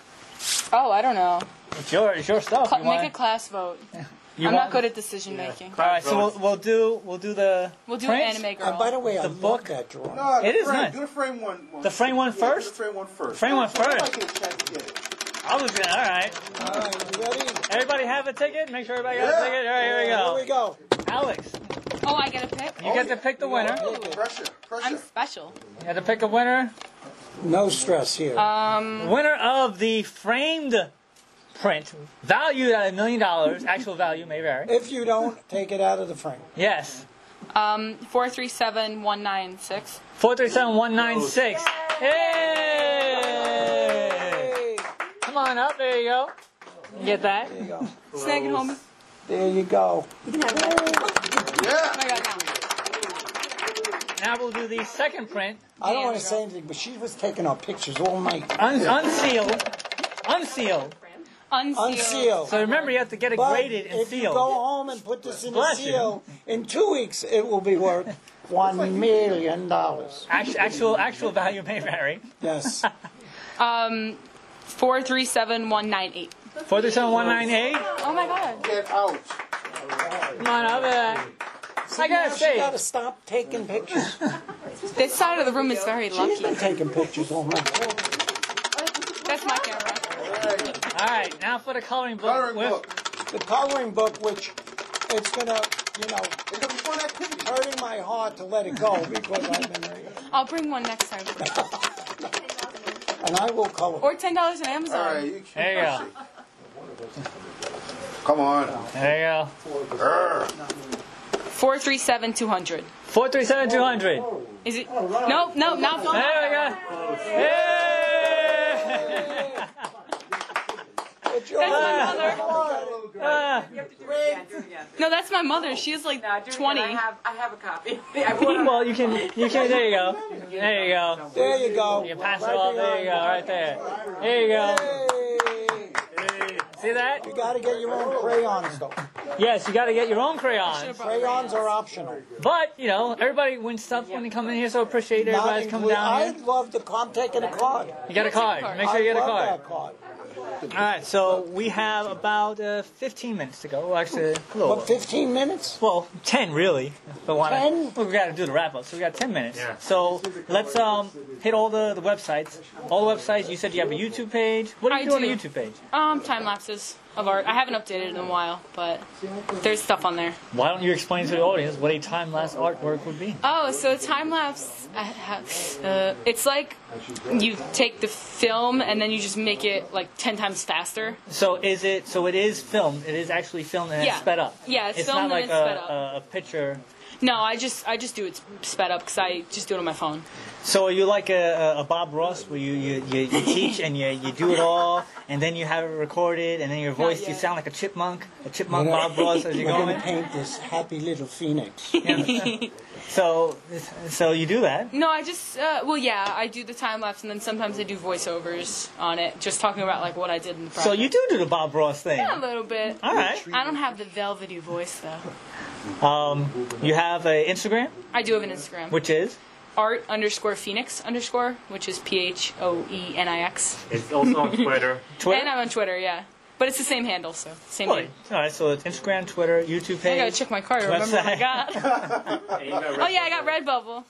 Oh, I don't know. It's your it's your stuff. Cla- you make wanna- a class vote. you I'm want- not good at decision making. All right, so we'll, we'll do we'll do the We'll do print? anime girl. And by the way, I The love that drawing. No, the It is Uh, frame. nice. Do the frame one. one. The frame one Yeah, do the first? frame one first. Frame one Somebody first. can check it. I was gonna. All right. All right, you ready? Everybody have a ticket. Make sure everybody got a Yeah. ticket. All right, here we go. Here we go. Alex, Oh, I get a pick. Oh, you get to pick the winner. Pressure. I'm special. You had to pick a winner. No stress here. Um, Winner of the framed print, valued at a million dollars, actual value may vary. If you don't, take it out of the frame. Yes. Um, 437196. 437196. Hey! Come on up. There you go. Get that. Snag *laughs* it home. There you go. Now we'll do the second print. I don't want to say anything, but she was taking our pictures all night. Un- unsealed. Unsealed. Unsealed. Unsealed. So remember, you have to get it But graded and if you sealed. go home and put this in a Bless you. seal, in two weeks it will be *laughs* worth one million dollars. Act- actual actual value may vary. Yes. Um, 437198. 437198. Oh my god. Get out. Come on up. there. I now gotta she say, gotta stop taking pictures. This side of the room is *laughs* very She's lucky. been taking pictures all night. That's my camera. All right, now for the coloring book. with- Oh, The coloring book, which it's gonna, you know, it's gonna be fun activity. Hurting my heart to let it go because I've been, I'll bring one next time. and I will color. *laughs* Or $10 on Amazon. There you go. Come on. There you go. 437200. 437200. Is it? Nope, nope, not Oh, There we go. Hey! That's my mother. *laughs* Ah. No, that's my mother. She is like 20. I have, I have a copy. well, you can, you can. There you go. There you go. There you go. You pass it off. There you go. uh, Right there. There you go. See that? You gotta get your own crayons though. Yes, you got to get your own crayons. Crayons are optional. But you know, everybody wins stuff when they come in here, so appreciate Not everybody's coming inclu- down here. I'd love to come. I'm taking a card. You got a card. Make sure you get a I love card. that card. All right, so we have about uh, 15 minutes to go. Well, Actually, a little. What, 15 minutes? Well, 10 really. But why not? 10? Well, we got to do the wrap up, so we got 10 minutes. So let's um, hit all the, the websites. All the websites. You said you have a YouTube page. What do you I do, on the do. YouTube page? Um, time lapses of art. I haven't updated it in a while, but there's stuff on there. Why don't you explain to the audience what a time lapse artwork would be? Oh, so time lapse. I have- Uh, it's like you take the film and then you just make it like 10 times faster. So is it? So it is filmed. It is actually filmed and Yeah. it's sped up. Yeah, it's not filmed and like it's a, sped up. a, a picture. No, I just I just do it sped up because I just do it on my phone. So are you like a, a- a Bob Ross where you, you, you, *laughs* you teach and you, you do it all and then you have it recorded and then your voice you sound like a chipmunk, a chipmunk You know, *laughs* Bob Ross as you're we're going. gonna paint this happy little phoenix. *laughs* So so you do that. No, I just uh, well yeah, I do the time lapse and then sometimes I do voiceovers on it, just talking about like what I did in the project. So you do do the Bob Ross thing. Yeah, a little bit. All right. I don't have the velvety voice though. Um, you have a Instagram, I do have an Instagram. which is art underscore phoenix underscore, which is P H O E N I X. It's also on Twitter. Twitter. And I'm on Twitter, yeah. But it's the same handle, so same All name. right, so it's Instagram, Twitter, YouTube I page. gotta check my card. to Remember what I got? oh yeah, I got Redbubble.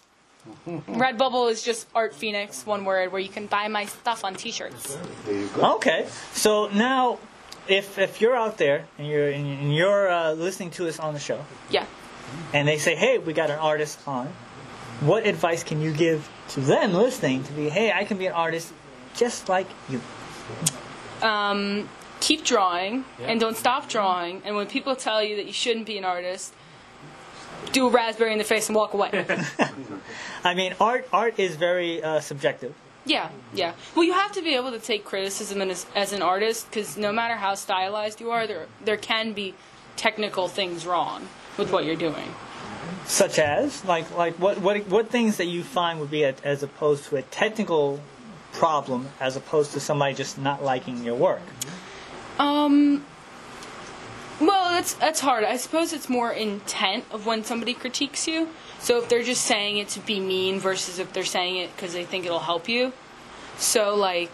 Redbubble is just Art Phoenix, one word, where you can buy my stuff on T-shirts. *laughs* Okay, so now, if if you're out there and you're and you're uh, listening to us on the show, Yeah. and they say, "Hey, we got an artist on," what advice can you give to them listening to be, "Hey, I can be an artist just like you"? Um, keep drawing Yeah. and don't stop drawing. And when people tell you that you shouldn't be an artist, do a raspberry in the face and walk away. I mean, art art is very uh, subjective. Yeah, yeah. Well, you have to be able to take criticism in as, as an artist because no matter how stylized you are, there there can be technical things wrong with what you're doing. Such as, like, like what what what things that you find would be a, as opposed to a technical problem, as opposed to somebody just not liking your work. Um. Well, that's that's hard. I suppose it's more intent of when somebody critiques you. So if they're just saying it to be mean versus if they're saying it because they think it'll help you. So like,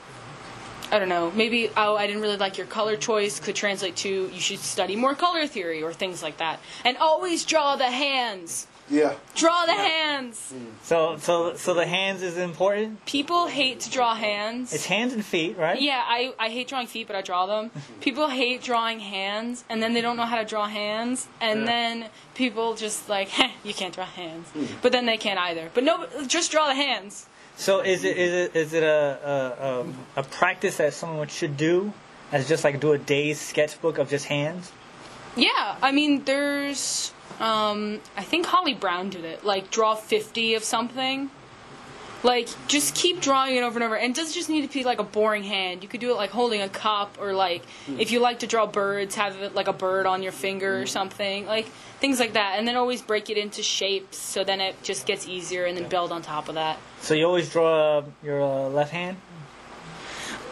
I don't know. Maybe oh, I didn't really like your color choice could translate to you should study more color theory or things like that. And always draw the hands. Yeah. Draw the hands. So so so the hands is important. People hate to draw hands. It's hands and feet, right? Yeah, I, I hate drawing feet, but I draw them. People hate drawing hands, and then they don't know how to draw hands, and Yeah. then people just like, *laughs* Heh, you can't draw hands. But then they can't either. But no, just draw the hands. So is it is it is it a a, a, a practice that someone should do, as just like do a day's sketchbook of just hands? Yeah, I mean, there's Um, I think Holly Brown did it. Like draw 50 of something. Like just keep drawing it over and over. And it doesn't just need to be like a boring hand. You could do it like holding a cup or like Hmm. if you like to draw birds, have it like a bird on your finger or something. Like things like that. And then always break it into shapes so then it just gets easier and then build on top of that. So you always draw uh, your uh, left hand.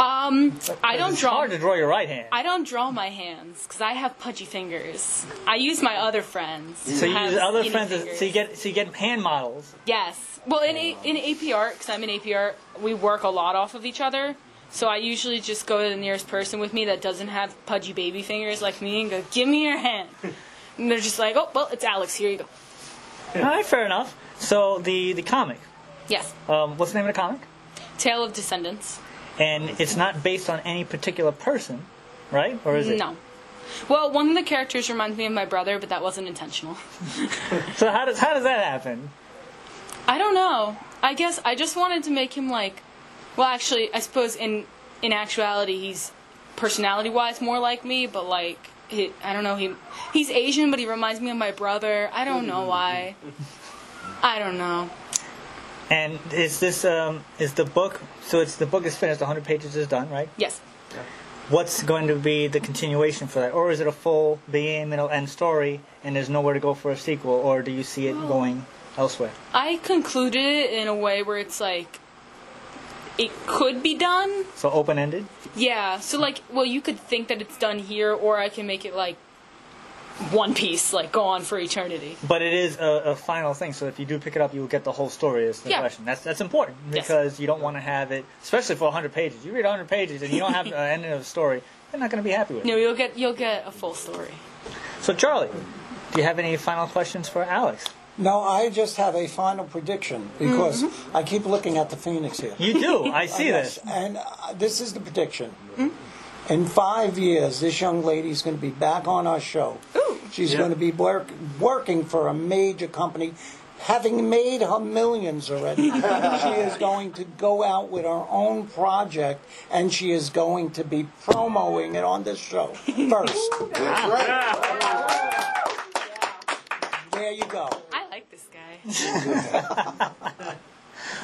Um, I don't it's draw. hard to draw your right hand. I don't draw my hands because I have pudgy fingers. I use my other friends. who So you have use other skinny friends. fingers. As, so you get so you get hand models. Yes. Well, in a, in AP art, because I'm in AP art, we work a lot off of each other. So I usually just go to the nearest person with me that doesn't have pudgy baby fingers like me and go, "Give me your hand." and they're just like, "Oh, well, it's Alex. Here you go." All right, fair enough. So the the comic. Yes. Um, what's the name of the comic? Tale of Descendants. And it's not based on any particular person, right? Or is it? No. Well, one of the characters reminds me of my brother, but that wasn't intentional. So how does how does that happen? I don't know. I guess I just wanted to make him like. Well, actually, I suppose in in actuality, he's personality wise more like me, but like he, I don't know. He he's Asian, but he reminds me of my brother. I don't know why. I don't know. And is this um, is the book? So it's the book is finished. 100 pages is done, right? Yes. What's going to be the continuation for that, or is it a full beginning, middle, end story, and there's nowhere to go for a sequel, or do you see it going elsewhere? I concluded it in a way where it's like it could be done. So open ended. Yeah. So like, well, you could think that it's done here, or I can make it like one piece, like go on for eternity. But it is a, a final thing, so if you do pick it up, you will get the whole story. Is the Yeah. question? That's that's important Yes. because you don't want to have it, especially for 100 pages. You read 100 pages and you don't have *laughs* an ending of the story, you're not going to be happy with No, it. you'll get you'll get a full story. So Charlie, do you have any final questions for Alex? No, I just have a final prediction because Mm-hmm. I keep looking at the Phoenix here. You do. *laughs* I Hmm? see this. And uh, this is the prediction. In five years, this young lady's going to be back on our show. She's Yeah. going to be work, working for a major company. Having made her millions *laughs* already, she is going to go out with her own project and she is going to be promoting it on this show *laughs* first. That's right. There you go. I like this guy. *laughs*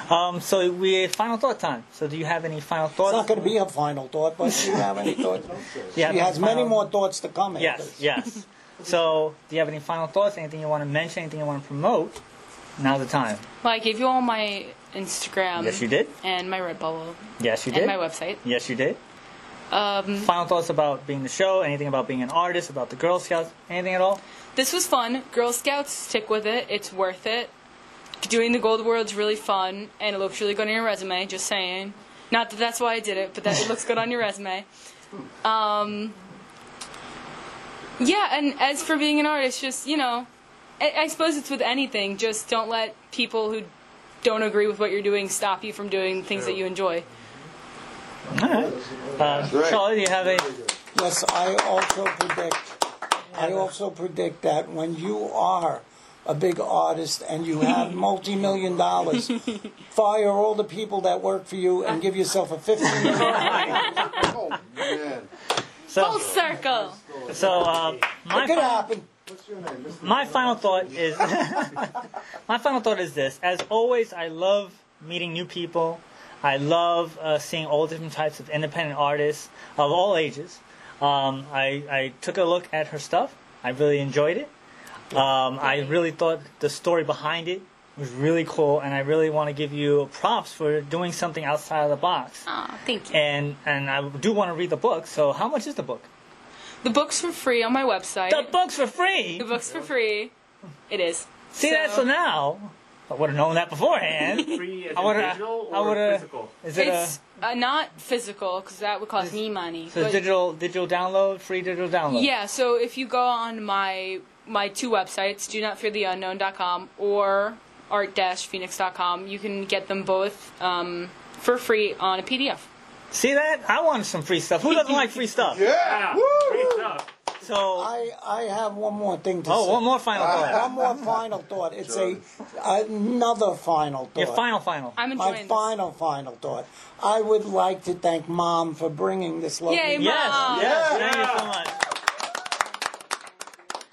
Um, so we final thought time. So do you have any final thoughts? It's not going to be a final thought, but do you have any *laughs* thoughts? She Yeah, has final- many more thoughts to come. after Yes, this. *laughs* yes. so do you have any final thoughts? Anything you want to mention? Anything you want to promote? Now's the time. Well, I gave you all my Instagram. Yes, you did. And my Redbubble. Yes, you and did. my website. Yes, you did. Um, Final thoughts about being the show? Anything about being an artist? About the Girl Scouts? Anything at all? this was fun. Girl Scouts, stick with it. It's worth it. Doing the Gold World's really fun, and it looks really good on your resume. Just saying. Not that that's why I did it, but that it looks good on your resume. Um, yeah, and as for being an artist, just you know, I, I suppose it's with anything. Just don't let people who don't agree with what you're doing stop you from doing things that you enjoy. Uh, Charlie, do you have any? Yes, I also predict. I also predict that when you are a big artist and you *laughs* have multi-million dollars, fire all the people that work for you and give yourself *laughs* a fifteen. Oh, So, Circle. so uh, my It could happen. My final thought is *laughs* my final thought is this. As always, I love meeting new people. I love uh, seeing all different types of independent artists of all ages. Um, I, I took a look at her stuff. I really enjoyed it. Um, I really thought the story behind it was really cool, and I really want to give you props for doing something outside of the box. Aw, thank you. And and I do want to read the book. So how much is the book? The book's for free on my website. The book's for free. The book's for free. It is. See that? So now I would have known that beforehand. Free I would have. I would have. Is it it's a uh, not physical because that would cost me money. so but- digital digital download? Free digital download. Yeah. So if you go on my my two websites, do not fear the unknown.com or art phoenix.com, you can get them both um, for free on a PDF. See that? I want some free stuff. Who doesn't like free stuff? Yeah. Free stuff. So I, I have one more thing to Oh, say. Uh, one more final thought. One more final thought. It's a another final thought. Your final final. I'm My enjoying final final thought. I would like to thank Mom for bringing this lovely. Yay, Mom. Yes, yes, thank you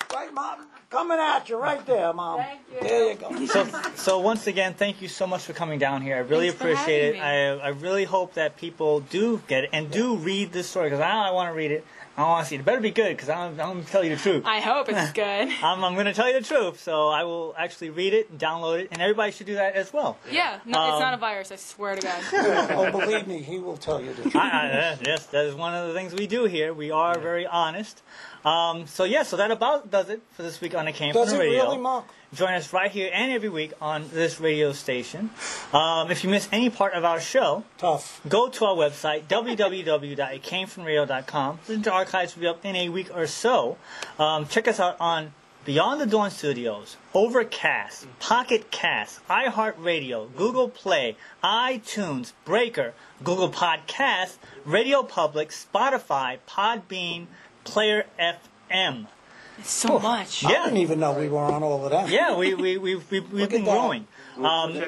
so Right, Mom. Coming at you right there, Mom. Thank you. There you go. so, so once again, thank you so much for coming down here. I really Thanks for appreciate it. having I, I really hope that people do get it and do read this story because I, I want to read it. I want to see it. It better be good because I'm, I'm going to tell you the truth. I *laughs* hope it's good. I'm, I'm going to tell you the truth. So I will actually read it and download it, and everybody should do that as well. Yeah, no, it's Um, not a virus. I swear to God. *laughs* oh, believe me, he will tell you the truth. I, I, uh, yes, that is one of the things we do here. We are very honest. Um, so yeah, so that about does it for this week on the Came Does From it the Radio. really, Mark? Join us right here and every week on this radio station. Um, if you miss any part of our show, tough. Go to our website www.itcamefromradio.com. Listen to archives will be up in a week or so. Um, check us out on Beyond the Dawn Studios, Overcast, Pocket Cast, iHeartRadio, Google Play, iTunes, Breaker, Google Podcast, Radio Public, Spotify, Podbean, Player FM. So much. I didn't even know we were on all of that. Yeah, we, we, we've, we've, we've been growing. Um,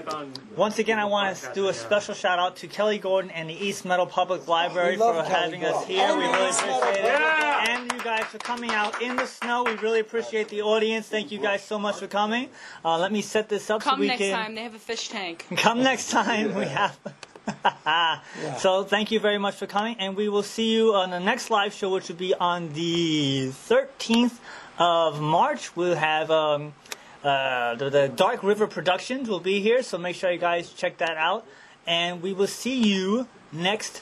once again, I want to do a special shout out to Kelly Gordon and the East Meadow Public Library love for Kelly having us Gordon. here. We And really East appreciate Meadow it. Public. And you guys for coming out in the snow. We really appreciate the audience. Thank you guys so much for coming. Uh, let me set this up so Come we next can. time. They have a fish tank. *laughs* Come next time. We have. *laughs* So thank you very much for coming, and we will see you on the next live show, which will be on the 13th of March. We'll have um, uh, the, the Dark River Productions will be here, so make sure you guys check that out, and we will see you next